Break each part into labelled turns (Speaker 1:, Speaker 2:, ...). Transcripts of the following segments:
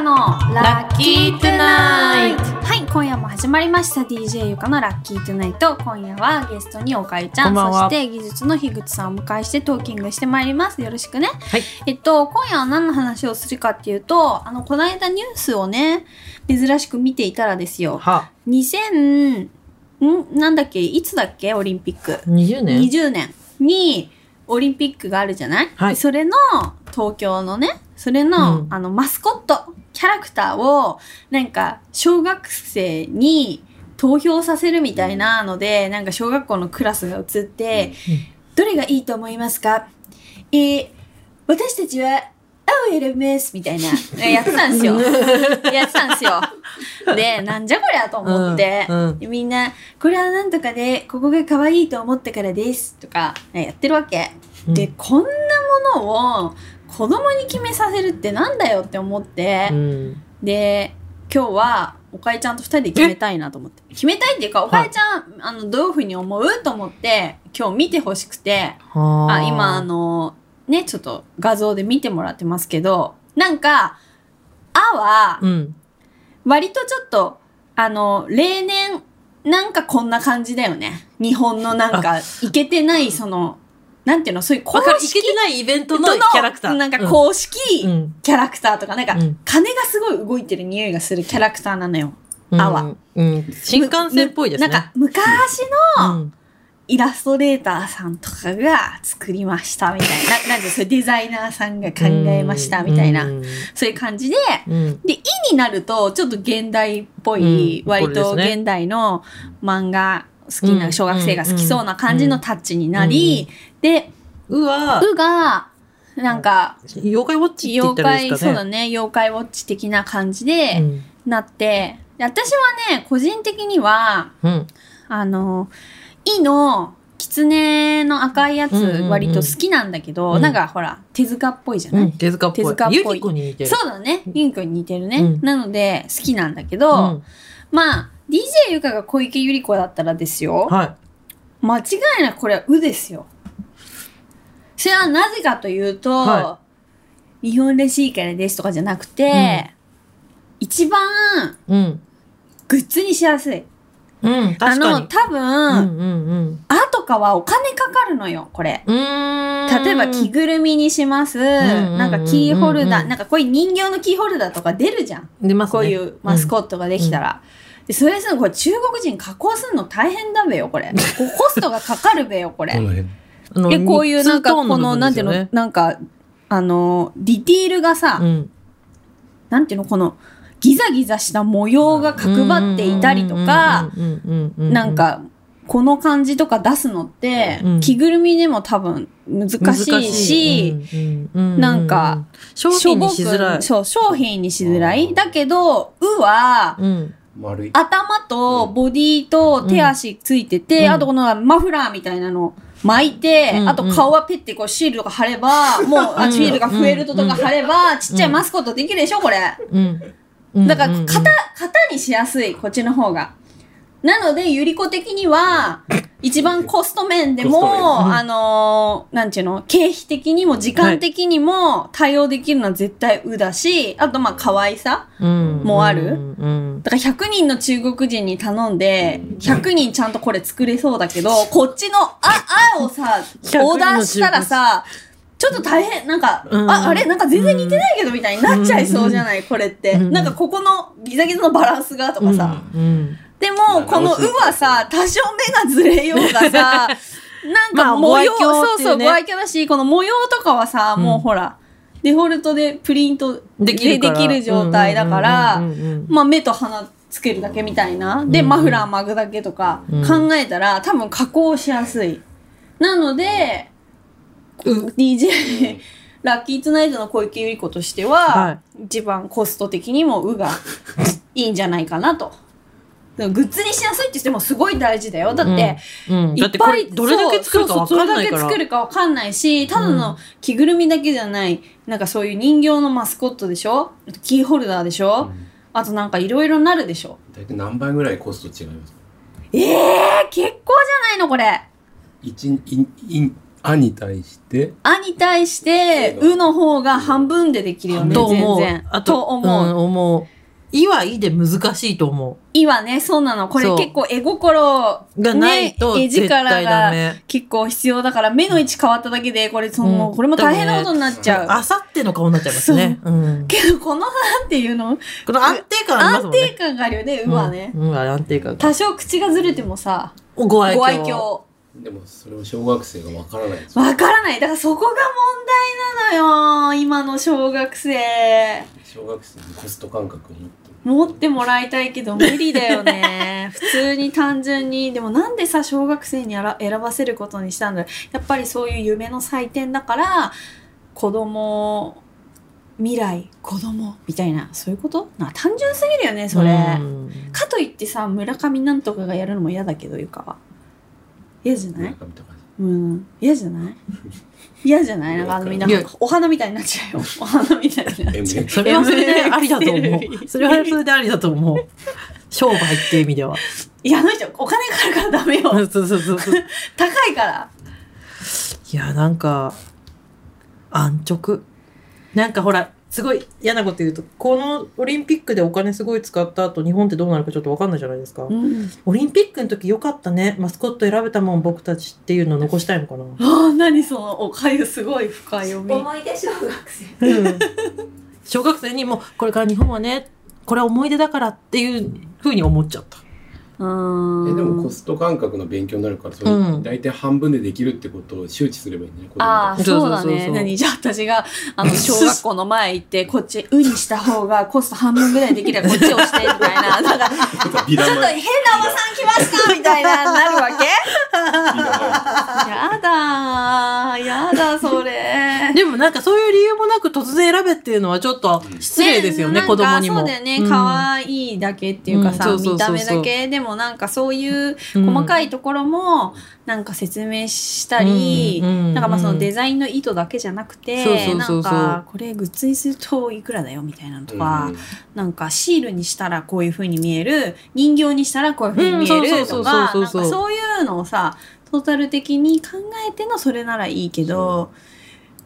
Speaker 1: の
Speaker 2: ラッキートゥナイト
Speaker 1: はい今夜も始まりました DJ ゆかのラッキートゥナイト今夜はゲストにおかゆちゃ
Speaker 2: こ
Speaker 1: ん
Speaker 2: んばん
Speaker 1: そし
Speaker 2: は
Speaker 1: て技術の樋口さんをお迎えしてトーキングしてまいりますよろしくね
Speaker 2: はい。
Speaker 1: えっと今夜は何の話をするかっていうとあのこの間ニュースをね珍しく見ていたらですよ
Speaker 2: は、
Speaker 1: 2000んなんだっけいつだっけオリンピック
Speaker 2: 20年
Speaker 1: 20年にオリンピックがあるじゃない、
Speaker 2: はい
Speaker 1: それの東京のねそれの,、
Speaker 2: うん
Speaker 1: あのマスコットキャラクターをなんか小学生に投票させるみたいなのでなんか小学校のクラスが映って、どれがいいと思いますかえー私たちは青を選びますみたいなやってたんです よやってたんですよでなんじゃこりゃと思って、
Speaker 2: うんうん
Speaker 1: みんなこれはなんとかでここが可愛いと思ったからですとかやってるわけ、
Speaker 2: うん
Speaker 1: でこんなものを子供に決めさせるってなんだよって思って、
Speaker 2: うん。
Speaker 1: で今日はおかえちゃんと2人で決めたいなと思って決めたいっていうかおかえちゃん、あのどういうふうに思うと思って今日見てほしくて
Speaker 2: は
Speaker 1: あ今あ、のねちょっと画像で見てもらってますけどなんか「あ」は
Speaker 2: うん。
Speaker 1: 割とちょっとあの例年なんかこんな感じだよね日本のなんかいけてないそのなんていうのそういう公
Speaker 2: わかる、い
Speaker 1: 式
Speaker 2: けてないイベント
Speaker 1: と
Speaker 2: の
Speaker 1: の
Speaker 2: キャラクター。
Speaker 1: なんか公式
Speaker 2: うん、
Speaker 1: キャラクターとかなんか
Speaker 2: うん
Speaker 1: 金がすごい動いてる匂いがするキャラクターなのよ。
Speaker 2: うん、
Speaker 1: あわ
Speaker 2: うん。新幹線っぽいですね。
Speaker 1: なんか昔の
Speaker 2: うん
Speaker 1: イラストレーターさんとかが作りましたみたいな。なんでそれデザイナーさんが考えましたみたいな。
Speaker 2: うん
Speaker 1: そういう感じで、
Speaker 2: うん。
Speaker 1: で、「い」になるとちょっと現代っぽい、
Speaker 2: うん
Speaker 1: 割と
Speaker 2: これですね
Speaker 1: 現代の漫画好き
Speaker 2: う
Speaker 1: な、
Speaker 2: ん
Speaker 1: 小学生が好きそうな感じのタッチになり、で、
Speaker 2: うわ、
Speaker 1: うが、なんか、
Speaker 2: 妖怪ウォッチって言っ
Speaker 1: 妖
Speaker 2: たらいい
Speaker 1: 怪、
Speaker 2: です
Speaker 1: そ
Speaker 2: か
Speaker 1: う
Speaker 2: ね。
Speaker 1: だね、妖怪ウォッチ的な感じでなって、で私はね、個人的には、
Speaker 2: うん。うん。
Speaker 1: あの、イの、狐の赤いやつ
Speaker 2: うんうんうん
Speaker 1: 割と好きなんだけど、
Speaker 2: うん
Speaker 1: なんかほら、手塚っぽいじゃない、
Speaker 2: うん。手塚っぽい。
Speaker 1: 手塚っぽい
Speaker 2: ユキコに似てる。
Speaker 1: そうだね。ユンコに似てるね。
Speaker 2: うん
Speaker 1: なので、好きなんだけど、
Speaker 2: うん。
Speaker 1: まあ、DJ ゆかが小池百合子だったらですよ。
Speaker 2: は
Speaker 1: 間違いなくこれはうですよ。それはなぜかというと、
Speaker 2: は
Speaker 1: 日本らしいからですとかじゃなくて、一番
Speaker 2: い。うん。
Speaker 1: グッズにしやすい。
Speaker 2: うん。
Speaker 1: あ
Speaker 2: 確か
Speaker 1: の、
Speaker 2: に。
Speaker 1: 多
Speaker 2: う
Speaker 1: 分、
Speaker 2: んうんうん。
Speaker 1: あとかはお金かかるのよ、これ。
Speaker 2: うーん。
Speaker 1: 例えば着ぐるみにします。
Speaker 2: ん
Speaker 1: なんかキーホルダ
Speaker 2: う
Speaker 1: ー、
Speaker 2: ん
Speaker 1: なんかこういう人形のキーホルダーとか出るじゃん。
Speaker 2: 出ますね。
Speaker 1: こういうマスコットができたら。でそれするの、これ中国人加工するの大変だべよ、こ れ。こうコストがかかるべよ、これ
Speaker 3: ど。の辺
Speaker 2: あの
Speaker 1: え、こういうなんか、
Speaker 2: ツート
Speaker 1: こ
Speaker 2: ーン部
Speaker 1: の、
Speaker 2: 分
Speaker 1: なん
Speaker 2: で
Speaker 1: て
Speaker 2: す
Speaker 1: いう
Speaker 2: よね
Speaker 1: の、なんか、あの、ディティールがさ、
Speaker 2: うん。
Speaker 1: なんていうの、この、ギザギザした模様が角張っていたりとか、
Speaker 2: うんうんうううう、
Speaker 1: なんか、この感じとか出すのって、
Speaker 2: うん
Speaker 1: 着ぐるみでも多分難しいし、なんか、
Speaker 2: 商
Speaker 1: しょ
Speaker 2: 品
Speaker 1: ぼ
Speaker 2: に
Speaker 1: く
Speaker 2: しづらい。
Speaker 1: そう、商品にしづらい。だけど、うは、
Speaker 2: うん。
Speaker 3: 丸い。
Speaker 1: 頭とボディと手足ついてて、
Speaker 2: うん
Speaker 1: あとこのマフラーみたいなの巻いて、
Speaker 2: うん
Speaker 1: あと顔はペッてこうシールとか貼れ ば、もうあ
Speaker 2: うん
Speaker 1: シールがフェルトとか貼れば、ちっちゃいマスコットできるでしょ、これ。
Speaker 2: うん。
Speaker 1: だから
Speaker 2: うんうんうん
Speaker 1: 型、型にしやすい、こっちの方が。なので、ゆり子的には、一番コスト面で
Speaker 3: コスト
Speaker 1: も、
Speaker 2: 面うん
Speaker 1: あのーなんちゅうの、経費的にも時間的にも対応できるのは絶対うだし、あとまあ可愛さ。
Speaker 2: うん
Speaker 1: もある
Speaker 2: うんうん
Speaker 1: だから100人の中国人に頼んで、100人ちゃんとこれ作れそうだけど、こっちのあ、あをさ、
Speaker 2: 100
Speaker 1: オーダーしたらさ、ちょっと大変、なんか、
Speaker 2: うん
Speaker 1: あ、あれなんか全然似てないけどみたいになっちゃいそうじゃない、これって。
Speaker 2: うん
Speaker 1: なんかここのギザギザのバランスがとかさ。
Speaker 2: うん
Speaker 1: でも、このうはさ、多少目がずれようがさ、なん
Speaker 2: ま
Speaker 1: か
Speaker 2: あ
Speaker 1: 模様、
Speaker 2: ご愛嬌
Speaker 1: そう
Speaker 2: って
Speaker 1: そ
Speaker 2: いう
Speaker 1: う、
Speaker 2: ね
Speaker 1: ご愛嬌だし、この模様とかはさ、
Speaker 2: うん
Speaker 1: もうほら、デフォルトでプリント
Speaker 2: できるから
Speaker 1: できる状態だから、
Speaker 2: うんうんうん
Speaker 1: まあ、目と鼻つけるだけみたいな。で、
Speaker 2: うん
Speaker 1: マフラー巻くだけとか
Speaker 2: うん
Speaker 1: 考えたら、多分加工しやすい。なので、
Speaker 2: うん
Speaker 1: DJ、ラッキーツナイトの小池百合子としては、
Speaker 2: は
Speaker 1: 一番コスト的にも「う」がいいんじゃないかなと。でもグッズにしやすいって言ってもすごい大事だよ。だって、
Speaker 2: うん
Speaker 1: い
Speaker 2: だ
Speaker 1: っ
Speaker 2: ってこ
Speaker 1: ぱ
Speaker 2: れ
Speaker 1: い
Speaker 2: どれだけ作るかわ
Speaker 1: そう
Speaker 2: か
Speaker 1: そうん
Speaker 2: ない
Speaker 1: どれ
Speaker 2: か
Speaker 1: だ
Speaker 2: ら
Speaker 1: け作るかわかんないしただの着ぐるみだけじゃない、なんかそういう人形のマスコットでしょあとキーホルダーでしょ、あとなんかいろいろなるでしょ
Speaker 3: 大体何倍ぐらいコスト違いますか
Speaker 1: えー、結構じゃないのこれ
Speaker 3: 一インインあに対して、
Speaker 1: あに対して、うの方が半分でできるよね、
Speaker 2: と思
Speaker 1: 全
Speaker 2: う
Speaker 1: 然。
Speaker 2: あ
Speaker 1: と思う。
Speaker 2: ん思う。いはいで難しいと思
Speaker 1: いはね、そうなの。これ
Speaker 2: そう
Speaker 1: 結構絵心
Speaker 2: う。がないと
Speaker 1: ね、絵
Speaker 2: 絶
Speaker 1: 力
Speaker 2: 対ダ
Speaker 1: が
Speaker 2: メ。
Speaker 1: 結構必要だから、目の位置変わっただけで、これその、
Speaker 2: うん
Speaker 1: これも大変なことになっちゃう。
Speaker 2: あさっての顔になっちゃいますね。うん。
Speaker 1: けど、このなんていうの
Speaker 2: この安定感あります
Speaker 1: 安
Speaker 2: もんね。
Speaker 1: 定感があるよね、うはね。
Speaker 2: うん。うん、安定感が。
Speaker 1: 多少口がずれてもさ、
Speaker 2: ご愛嬌。
Speaker 1: ご愛嬌。わ
Speaker 3: でもそれを小学生がわからないですよ
Speaker 1: からない。だからそこが問題なのよ、今の小学生。
Speaker 3: 小学生にコスト感覚を持って
Speaker 1: 持ってもらいたいけど無理だよ ね普通に単純にでもなんでさ小学生にあら選ばせることにしたんだろうやっぱりそういう夢の祭典だから子供未来子供みたいなそういうことな単純すぎるよねそれ、
Speaker 2: うん
Speaker 1: かといってさ村上なんとかがやるのも嫌だけどゆかは嫌じゃない
Speaker 3: 村上とか
Speaker 1: うん嫌じゃない嫌じゃないなんかあのみんない
Speaker 2: や
Speaker 1: お花みたいになっちゃうよ お花みたいになっちゃう
Speaker 2: それはそれでありだと
Speaker 1: エ
Speaker 2: 思
Speaker 1: ロステ
Speaker 2: う。
Speaker 1: ル
Speaker 2: それはそれでありだと思う。商売っていう意味では。
Speaker 1: いやあの人お金があるからダメよ
Speaker 2: そうそうそうそう。
Speaker 1: 高いから。
Speaker 2: いや、なんか、安直。なんかほら、すごい嫌なこと言うと、このオリンピックでお金すごい使った後、日本ってどうなるかちょっとわかんないじゃないですか。オリンピックの時よかったね。マスコット選べたもん、僕たちっていうの残したいのかな。
Speaker 1: ああ、何そのおかゆすごい深読み。
Speaker 4: 思い出小学生
Speaker 2: うん 小学生にも、これから日本はね、これは思い出だからっていうふうに思っちゃった。
Speaker 3: えでも
Speaker 1: う
Speaker 3: コ
Speaker 1: ん。
Speaker 3: スト感覚の勉強になるからそ
Speaker 2: うん
Speaker 3: れ大体半分でできるってことを周知すればいいんじゃない子供
Speaker 1: ああ、
Speaker 3: とか
Speaker 1: そうだ
Speaker 2: そうそう
Speaker 1: ね
Speaker 2: そ。う
Speaker 1: 何じゃあ私が、あの、小学校の前行って、こっち、うにした方がコスト半分ぐらいできればこっち押して、みたいな。だから、ちょっ
Speaker 3: ちょっとビラ
Speaker 1: と変な
Speaker 3: マイ
Speaker 1: おばさん来ましたみたいな、なるわけ
Speaker 3: ビラマイ
Speaker 1: やだー。やだ、それ。
Speaker 2: でもなんかそういう理由もなく突然選べっていうのはちょっと失礼ですよね、
Speaker 1: なんか
Speaker 2: 子供にも。
Speaker 1: そうだよね。
Speaker 2: ん
Speaker 1: 可愛いだけっていうかさ、
Speaker 2: うんそうそう
Speaker 1: 見た
Speaker 2: そうそ
Speaker 1: 目
Speaker 2: う
Speaker 1: だけ。でもなんかそういう細かいところも、なんか説明したり、なんかまあそのデ
Speaker 2: ザ
Speaker 1: ザインの意図だけじゃなくて、
Speaker 2: そうそうそうそう
Speaker 1: なんかこれグッズにするといくらだよみたいなのとか、
Speaker 3: うん
Speaker 1: なんかシールにしたらこういう風に見える、人形にしたらこういう風に見え
Speaker 2: う
Speaker 1: る
Speaker 2: ん
Speaker 1: と
Speaker 2: そうそうそう
Speaker 1: か、
Speaker 2: そう
Speaker 1: なん
Speaker 2: そう
Speaker 1: かそういうのをさ、トータル的に考えてのそれならいいけど、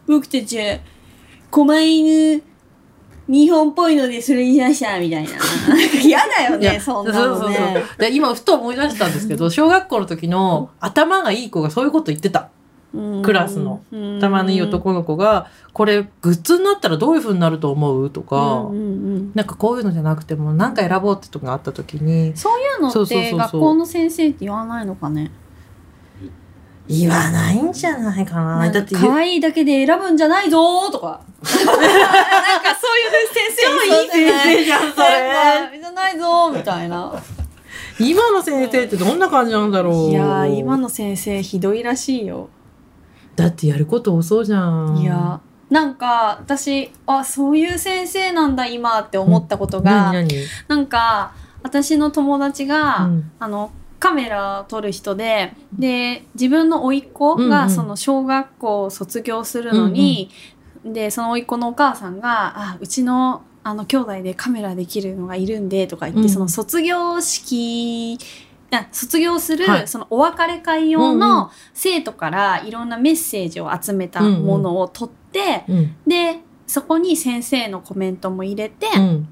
Speaker 1: 僕たち、狛犬、日本っぽいのでそれにしましたみたいな。 なんか嫌だよ
Speaker 2: い
Speaker 1: ね、
Speaker 2: や
Speaker 1: そんなの
Speaker 2: そうそう
Speaker 1: ね。
Speaker 2: そうで今ふと思い出したんですけど小学校の時の頭がいい子がそういうこと言ってた
Speaker 1: うん
Speaker 2: クラスの
Speaker 1: うん
Speaker 2: 頭のいい男の子が「これグッズになったらどういうふうになると思う?」とか、
Speaker 1: うんうんうん
Speaker 2: なんかこういうのじゃなくても何か選ぼうって時があった時に
Speaker 1: そういうの
Speaker 2: そ
Speaker 1: っ
Speaker 2: うそうそう
Speaker 1: て
Speaker 2: そう
Speaker 1: 学校の先生って言わないのかね
Speaker 2: 言わないんじゃないかな。だ
Speaker 1: なん
Speaker 2: って
Speaker 1: か可愛いだけで選ぶんじゃないぞーと か。なんかそういう先生
Speaker 2: いい先 生じゃんそれ。
Speaker 1: じゃないぞーみたいな。
Speaker 2: 今の先生ってどんな感じなんだろう
Speaker 1: いやー、今の先生ひどいらしいよ。
Speaker 2: だってやること多そうじゃん。
Speaker 1: いやー、なんか私、あ、そういう先生なんだ今って思ったことが、
Speaker 2: 何何
Speaker 1: なんか私の友達が、
Speaker 2: うん
Speaker 1: あのカメラを撮る人でで自分の甥っ子
Speaker 2: うんう
Speaker 1: が
Speaker 2: ん
Speaker 1: その小学校を卒業するのに、でその甥っ子のお母さんが「あうちのあの兄弟でカメラできるのがいるんで」とか言って、
Speaker 2: うん
Speaker 1: その卒業式あ卒業する、
Speaker 2: はい
Speaker 1: そのお別れ会用
Speaker 2: うんう
Speaker 1: の生徒からいろんなメッセージを集めたものを撮って、
Speaker 2: うん
Speaker 1: でそこに先生のコメントも入れて、
Speaker 2: うん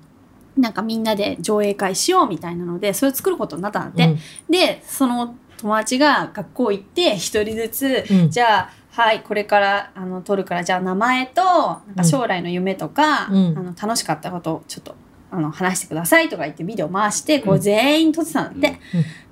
Speaker 1: なんかみんなで上映会しようみたいなのでそれを作ることになったんだって、
Speaker 2: うん
Speaker 1: でその友達が学校行って一人ずつ、
Speaker 2: うん
Speaker 1: じゃあはいこれからあの取るからじゃあ名前となんか将来の夢とか、
Speaker 2: うん
Speaker 1: あの楽しかったことをちょっとあの話してくださいとか言ってビデオ回してこう全員撮ってたんだって、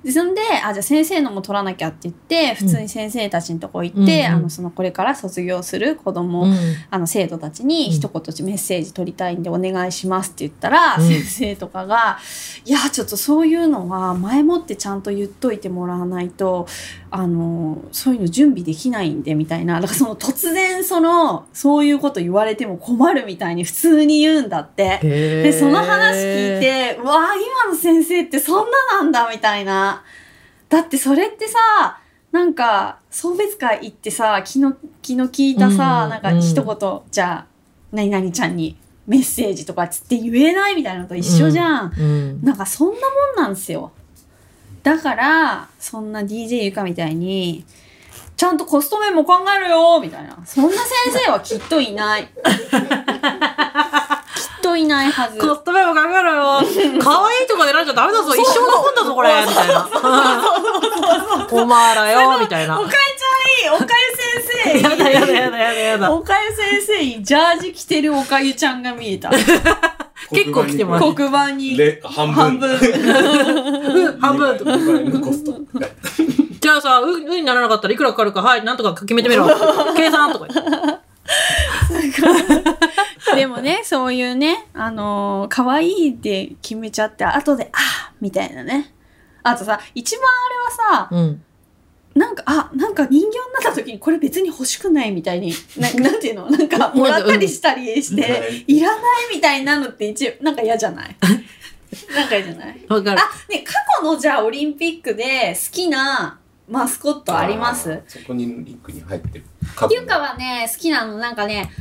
Speaker 1: でそんであじゃあ先生のも撮らなきゃって言って普通に先生たちのとこ行って、
Speaker 2: うんうん
Speaker 1: あのそのこれから卒業する子供
Speaker 2: うん
Speaker 1: あの生徒たちに一言メッセージ取りたいんでお願いしますって言ったら、
Speaker 2: うん
Speaker 1: 先生とかが「いやちょっとそういうのは前もってちゃんと言っといてもらわないとあのそういうの準備できないんで」みたいなだからその突然そのそういうこと言われても困るみたいに普通に言うんだって。で
Speaker 2: で
Speaker 1: その話聞いてうわあ今の先生ってそんななんだみたいな。だってそれってさなんか送別会行ってさ気の気の利いたさ、
Speaker 2: うん
Speaker 1: なんか
Speaker 2: うん
Speaker 1: 一言、じゃあ何々ちゃんにメッセージとかっつって言えないみたいなのと一緒じゃん、
Speaker 2: うん
Speaker 1: なんかそんなもんなんですよだからそんな DJ ゆかみたいにちゃんとコスト面も考えるよみたいなそんな先生はきっとい ないきっといないはず
Speaker 2: コストメモ考えろよ。 可愛いとか選んじゃダメだぞ。一生の本だぞ、これ。みたいな。お前らよ、みたいな。
Speaker 1: おかゆちゃんいいおかゆ先生
Speaker 2: やだやだやだやだやだ。
Speaker 1: おかゆ先生にジャージ着てるおかゆちゃんが 見えた
Speaker 2: 結構来てます
Speaker 1: 黒板に
Speaker 3: で、半分。
Speaker 2: うん半分。
Speaker 3: と分のコスト。
Speaker 2: じゃあさ、う、うにならなかったらいくらかかるか、はい、なんとか決めてみろ。計算とか言って。
Speaker 1: でもねそういうねあのー可愛いって決めちゃって後であーみたいなねあとさ一番あれはさ
Speaker 2: うん。
Speaker 1: なんかあなんか人形になった時にこれ別に欲しくないみたいにななんていうのなんかもらったりしたりしていらないみたいなのって一なんか嫌じゃないなんか嫌じゃない
Speaker 2: わか
Speaker 1: あ
Speaker 2: る。
Speaker 1: ね過去のじゃあオリンピックで好きなマスコットあります
Speaker 3: そこにリンクに入ってる。
Speaker 1: っていうかはね好きなのなんかね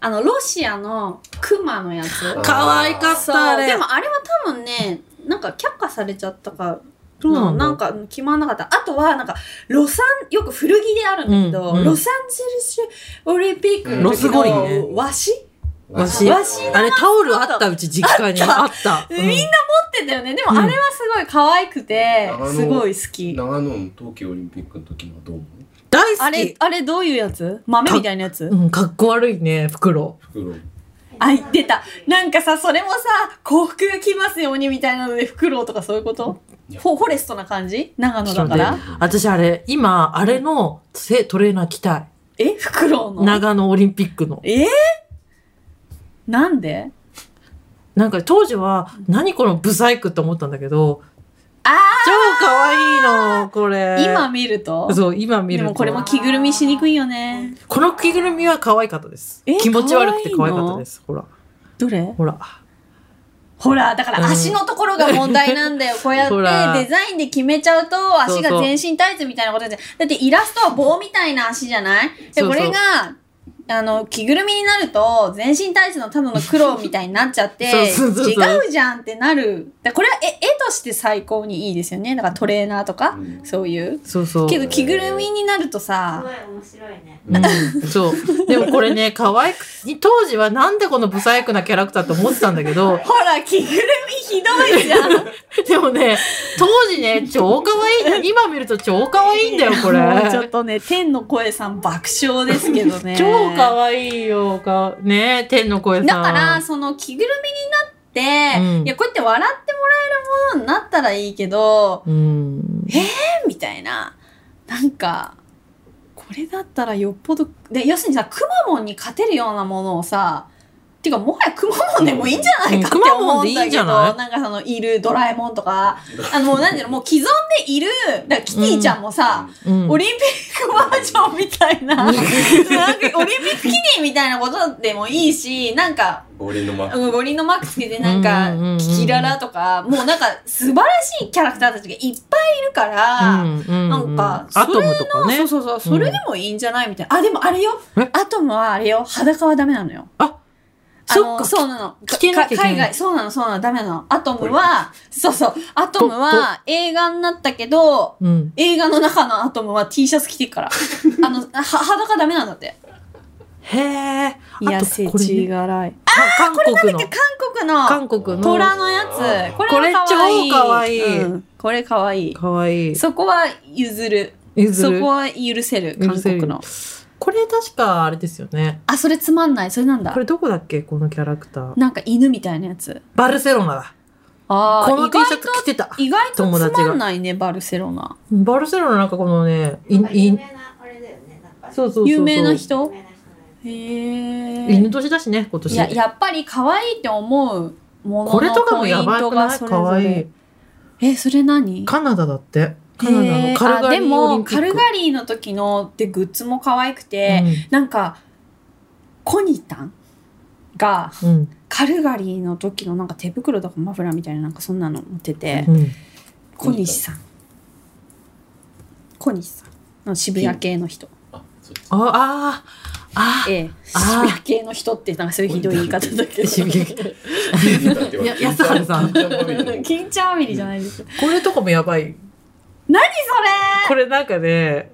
Speaker 1: あのロシアのクマのやつ
Speaker 2: 可愛かっ
Speaker 1: そ
Speaker 2: た、あ
Speaker 1: う
Speaker 2: れ。
Speaker 1: でもあれは多分ねなんか却下されちゃったか
Speaker 2: そうなんだ
Speaker 1: なんか決まんなかったあとはなんかロサンよく古着であるんだけど、
Speaker 2: うんうん
Speaker 1: ロサンゼルスオリンピックの
Speaker 3: ロ
Speaker 1: 時
Speaker 3: ス
Speaker 2: 五輪
Speaker 1: の、
Speaker 2: ね
Speaker 1: 和紙持
Speaker 2: わし、
Speaker 1: わし
Speaker 2: あれタオルあった、うち実家に。あ
Speaker 1: あ
Speaker 2: った。
Speaker 1: みんなってたよねでもあれはすごい可愛くて、
Speaker 3: うん
Speaker 1: すごい好き
Speaker 3: 長野の冬季オリンピックの時のはどう思う
Speaker 2: 大
Speaker 1: あ
Speaker 2: 好
Speaker 1: れ
Speaker 2: き。
Speaker 1: あれどういうやつ豆みたいなやつ
Speaker 2: うん、かっこ悪いね、袋。
Speaker 3: 袋。
Speaker 1: あい出たなんかさそれもさ幸福が来ますようにみたいなのでフクロウとかそういうこと
Speaker 3: いや
Speaker 1: フォフォレストな感じ長野だか
Speaker 2: そ
Speaker 1: ら
Speaker 2: 私あれ、今、あれのせトレーナー着たい。
Speaker 1: えフクロウの
Speaker 2: 長野オリンピックの。
Speaker 1: えー、なんで
Speaker 2: なんか当時は、何このブサイクって思ったんだけど、
Speaker 1: あ
Speaker 2: 超可愛いの、これ。
Speaker 1: 今見ると
Speaker 2: そう、今見る
Speaker 1: で
Speaker 2: と。
Speaker 1: もこれも着ぐるみしにくいよね
Speaker 2: この着ぐるみは可愛かったです。
Speaker 1: え
Speaker 2: 気持ち悪くて可愛かったです。ほら、
Speaker 1: どれ
Speaker 2: ほら。
Speaker 1: ほらだから足のところが問題なん だよ、こうや
Speaker 2: ほら
Speaker 1: ってデザインで決めちゃうと
Speaker 2: そう
Speaker 1: 足が全身タイツみたいなことじゃだってイラストは棒みたいな足じゃないで
Speaker 2: そうそう
Speaker 1: これがあの着ぐるみになると全身タイツのただの黒みたいになっちゃって
Speaker 2: そうそうそうそう
Speaker 1: 違うじゃんってなるだからこれは絵絵として最高にいいですよねだからトレーナーとか、
Speaker 3: うん
Speaker 1: そういう
Speaker 2: そうそう。
Speaker 1: けど着ぐるみになるとさ、
Speaker 4: ごい面白いね。
Speaker 2: うんそう。でもこれね、可愛く、当時はなんでこのブサイクなキャラクターと思ってたんだけ
Speaker 1: ほ
Speaker 2: ど、
Speaker 1: ら、着ぐるみひどいじゃん。も
Speaker 2: でもね、当時ね、超可愛い。今見ると超可愛いんだよ、 こ
Speaker 1: うちょっ
Speaker 2: れ。
Speaker 1: とね、天の声さん爆笑ですけどね。
Speaker 2: 超可愛いよ、かね天の声さん。
Speaker 1: だから、その着ぐるみになって、
Speaker 2: うん
Speaker 1: いや、こうやって笑ってもらえるものになったらいいけど、
Speaker 2: うん。
Speaker 1: えみたいな。なんか、これだったらよっぽど、で要するにさ、くまモンに勝てるようなものをさ、ていうか、もはやくまモンでもいいんじゃないかって
Speaker 2: うんくま
Speaker 1: 思
Speaker 2: モン
Speaker 1: う
Speaker 2: でい
Speaker 1: んだ
Speaker 2: いん
Speaker 1: け
Speaker 2: じ
Speaker 1: ど、
Speaker 2: ゃない
Speaker 1: なんかその、いるドラえもんとか、あの、もうなんていうの、もう既存でいる、だからキティちゃんもさ、
Speaker 2: うん
Speaker 1: オリンピックバージョンみたいな、なんかオリンピックキティみたいなことでもいいし、なんか、
Speaker 3: 五輪のマーク。
Speaker 1: うん五輪のマックスでなんか
Speaker 2: うんうんうんうん、
Speaker 1: キキララとか、もうなんか素晴らしいキャラクターたちがいっぱいいるか
Speaker 2: う
Speaker 1: ら、
Speaker 2: んうん
Speaker 1: なんか
Speaker 2: アトムとかね
Speaker 1: そう。そうそう、それでもいいんじゃないみたいな。あ、でもあれよ
Speaker 2: え、
Speaker 1: アトムはあれよ、裸はダメなのよ。
Speaker 2: あ
Speaker 1: あの
Speaker 2: そっか
Speaker 1: そうなの。
Speaker 2: 着てなきゃいけない
Speaker 1: 海外、そうなの、そうなの、ダメなの。アトムは、そうそう、アトムは映画になったけど、
Speaker 2: うん。
Speaker 1: 映画の中のアトムは T シャツ着てっから。あの、は裸ダメなんだって。
Speaker 2: へえ。あとこれね
Speaker 1: がらい。
Speaker 2: か韓国の
Speaker 1: 韓国の
Speaker 2: 韓国の
Speaker 1: 虎のやつ。こ
Speaker 2: これ
Speaker 1: れは可愛い
Speaker 2: 超可愛い
Speaker 1: うんこれ可愛い。
Speaker 2: 可愛い
Speaker 1: そこは譲る。
Speaker 2: 譲
Speaker 1: そ
Speaker 2: る
Speaker 1: こは許せる。韓国の
Speaker 2: 許。これ確かあれですよね。
Speaker 1: あ、それつまんない。それなんだ
Speaker 2: こ。れどこだっけこのキャラクター。
Speaker 1: なんか犬みたいなやつ。
Speaker 2: バルセロナだ。
Speaker 1: ああ、
Speaker 2: この
Speaker 1: 意
Speaker 2: T シャ
Speaker 1: 外
Speaker 2: ツ
Speaker 1: と、
Speaker 2: 着てた。
Speaker 1: 意外と
Speaker 2: 友
Speaker 1: つ
Speaker 2: 達が
Speaker 1: まんないね、バルセロナ。
Speaker 2: バルセロナなんかこのね、い
Speaker 4: なんか有
Speaker 2: い
Speaker 4: 名なあれだよね。なんか
Speaker 2: そうそうそうそう
Speaker 1: 有名な
Speaker 4: 有
Speaker 1: 人
Speaker 4: 名な人なん
Speaker 1: へ
Speaker 2: 犬
Speaker 1: え。
Speaker 2: 年だしね、今
Speaker 1: いや、
Speaker 2: 年。
Speaker 1: やっぱり可愛いって思うものの
Speaker 2: これとかも
Speaker 1: ポイ
Speaker 2: や
Speaker 1: ン
Speaker 2: ば
Speaker 1: ト
Speaker 2: くな
Speaker 1: が
Speaker 2: い
Speaker 1: それ
Speaker 2: 可
Speaker 1: ぞ
Speaker 2: 愛
Speaker 1: れ
Speaker 2: い。
Speaker 1: え、それ何
Speaker 2: カナダだって。カナダ
Speaker 1: へー
Speaker 2: のカル
Speaker 1: あで
Speaker 2: ガリーオリ
Speaker 1: も
Speaker 2: ンピッ
Speaker 1: カ
Speaker 2: ク。
Speaker 1: ルガリーの時のってグッズも可愛くて、なんかコニタンが
Speaker 2: うんうん
Speaker 1: カルガリーの時のなんか手袋とかマフラーみたいななんかそんなの持ってて、
Speaker 2: うん
Speaker 1: 小西さん小西さんの渋谷系の人
Speaker 3: あ、そっち。
Speaker 2: ああー、あ
Speaker 1: ええ
Speaker 2: あー
Speaker 1: 渋谷系の人ってなんかそういうひどい言い方だけ
Speaker 2: あ、
Speaker 1: ど
Speaker 2: 渋谷。いや安原さん
Speaker 1: 金ちゃんファミリーじゃないです
Speaker 2: これとかもやばい。
Speaker 1: 何それ
Speaker 2: これなんかね、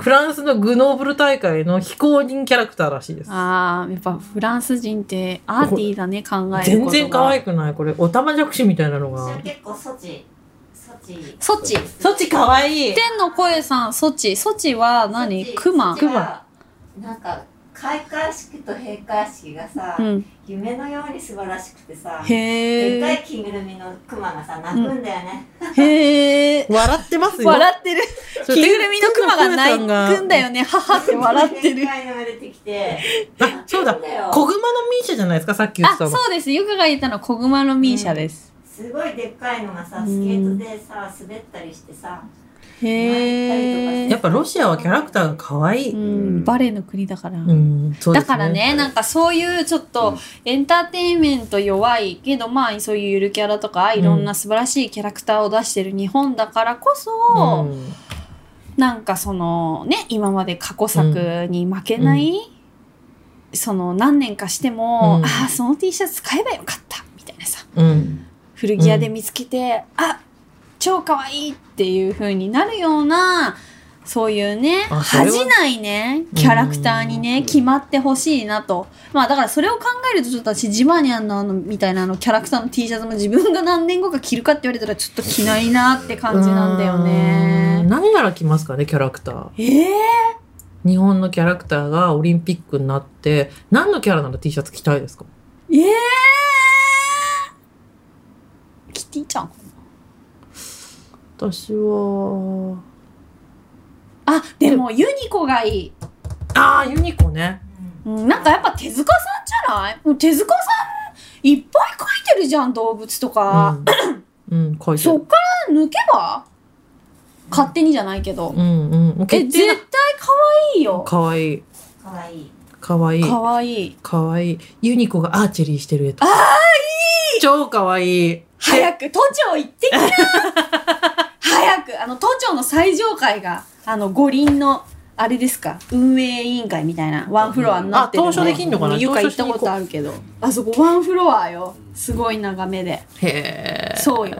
Speaker 2: フランスのグノーブル大会の非公認キャラクターらしいです。
Speaker 1: ああ、やっぱフランス人ってアーティーだね、考えることが。
Speaker 2: 全然可愛くないこれ、おたまじゃくしみたいなの
Speaker 4: 私は
Speaker 2: が。
Speaker 4: 結構ソチ、ソチ。
Speaker 1: ソチ。
Speaker 2: そっち可愛い
Speaker 1: 天の声さん、ソチ。ソチは何クマ
Speaker 4: ソチはなんか、開会式と閉会式がさ、
Speaker 1: うん。
Speaker 4: 夢のように素晴らしくてさ、でっ
Speaker 1: へ
Speaker 4: か
Speaker 1: え。
Speaker 4: い着ぐるみのクマがさ、泣くんだよね。
Speaker 1: へえ。
Speaker 2: 笑ってますよ。
Speaker 1: 笑ってる。
Speaker 2: そ
Speaker 1: 着
Speaker 2: れ
Speaker 1: ぐるみのクマが泣くんだ。よね。母って 笑って
Speaker 4: で
Speaker 1: る
Speaker 4: っ。かいのが出てきて、
Speaker 2: あ、そうだ。
Speaker 4: 泣くんよ
Speaker 2: 小熊のミーシャじゃないですか、さっき言っ
Speaker 1: あ、
Speaker 2: てた
Speaker 1: そ
Speaker 2: の。
Speaker 1: うです。ゆかが言ったの、小熊のミーシャです。
Speaker 4: すごいでっかいのが
Speaker 1: う
Speaker 4: さ、
Speaker 1: ん
Speaker 4: スケートでさ、滑ったりしてさ、
Speaker 1: へえ
Speaker 2: やっ。ぱロシアはキャラクターが可愛
Speaker 1: う
Speaker 2: い。
Speaker 1: ん、バレエの国だから。
Speaker 2: うん、そうで
Speaker 1: だ
Speaker 2: す
Speaker 1: から。ね、なんかそういうちょっ
Speaker 3: う
Speaker 1: と
Speaker 3: ん
Speaker 1: エンターテインメント弱いけど、まあそういうゆるキャラとか、いろんな素晴らしいキャラクターを出してる日本だからこそ、
Speaker 2: うん
Speaker 1: なんかそのね、今まで過去作に負けない、その何年かしても、
Speaker 2: うん
Speaker 1: ああ、その T シャツ買えばよかった、みたいなさ、
Speaker 2: うん。
Speaker 1: 古着屋で見つけて、あ超可愛いっていう風になるような、そういうね、
Speaker 2: あそれは
Speaker 1: 恥じないね、キャラクターにね、
Speaker 3: うん
Speaker 1: 決まってほしいなと。まあだからそれを考えるとちょっと私、ジバニャンのあの、みたいなあの、キャラクターの T シャツも自分が何年後か着るかって言われたらちょっと着ないなって感じなんだよ
Speaker 2: うーん
Speaker 1: ね。
Speaker 2: 何なら来ますかね、キャラクター。
Speaker 1: ええ
Speaker 2: 日本のキャラクターがオリンピックになって、何のキャラなら T シャツ着たいですか
Speaker 1: ええキティちゃんか
Speaker 2: 私は、
Speaker 1: なあ、でもユニコがいい。
Speaker 2: ああ、ユニコね。
Speaker 4: うん
Speaker 1: うんなんかやっぱ手塚さんじゃないもう手塚さんいっぱい描いてるじゃん動物とか、
Speaker 2: うん、うん、書いて
Speaker 1: そ
Speaker 2: る
Speaker 1: っから抜けば勝手にじゃないけど、
Speaker 2: うんうん。もう
Speaker 1: え
Speaker 2: 決
Speaker 1: 絶対
Speaker 2: 定
Speaker 1: 可愛いよ
Speaker 2: かわいい。
Speaker 4: かわいい。
Speaker 2: かわいい。
Speaker 1: 可愛い
Speaker 2: かわいい。ユニコがアーチェリーしてる絵とか。超かわいい。
Speaker 1: 早く都庁行 ってきな早くあの都庁の最上階があの五輪のあれですか運営委員会みたいなワンフロアになってる
Speaker 2: あ東証できんのかな
Speaker 1: ゆか行
Speaker 2: 東
Speaker 1: った
Speaker 2: 証しに
Speaker 1: こ
Speaker 2: 行こう
Speaker 1: とあるけどあそこワンフロアよすごい眺めで
Speaker 2: へえ。
Speaker 1: そうよ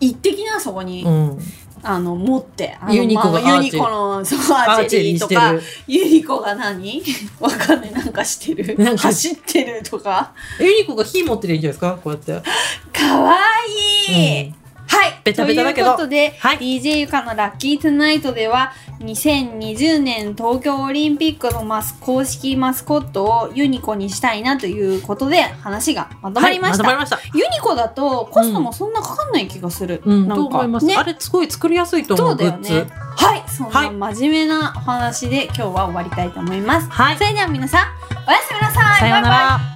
Speaker 1: 行ってきなそこに、
Speaker 2: うん。
Speaker 1: あの、持って、あの
Speaker 2: ユニコが
Speaker 1: まあ
Speaker 2: アー
Speaker 1: ユ
Speaker 2: チェ
Speaker 1: ニコの、そう、ア
Speaker 2: ア
Speaker 1: ー
Speaker 2: ー
Speaker 1: チ
Speaker 2: チェ
Speaker 1: ェ
Speaker 2: リ
Speaker 1: リ
Speaker 2: ー
Speaker 1: ー
Speaker 2: し
Speaker 1: と
Speaker 2: て
Speaker 1: か
Speaker 2: る、。
Speaker 1: ユニコが何 わかんない、なんかしてる
Speaker 2: なん。か
Speaker 1: 走ってるとか。
Speaker 2: ユニコが火持ってるいいんじゃないですかこうやって。
Speaker 1: かわいい、
Speaker 2: うん
Speaker 1: はい。
Speaker 2: ベタベタだけど
Speaker 1: ということで、
Speaker 2: はい
Speaker 1: DJ ゆかのラッキートゥナイトでは、2020年東京オリンピックのマス、公式マスコットをユニコにしたいなということで、話がまとまりました。
Speaker 2: はいまとまりました。
Speaker 1: ユニコだと、コストもそんなかかんない気がする。
Speaker 2: うん、
Speaker 1: な
Speaker 2: と
Speaker 1: んか
Speaker 2: 思います。
Speaker 1: ね
Speaker 2: あれ、すごい作りやすいと思う、
Speaker 1: そうだよ
Speaker 2: グッ
Speaker 1: ね
Speaker 2: ズ。。
Speaker 1: はい、そん
Speaker 2: は
Speaker 1: ない真面目なお話で今日は終わりたいと思います。
Speaker 2: はい
Speaker 1: そ。れでは皆さん、おやすみなさい。
Speaker 2: さよ
Speaker 1: バ
Speaker 2: うな
Speaker 1: イバイ
Speaker 2: ら。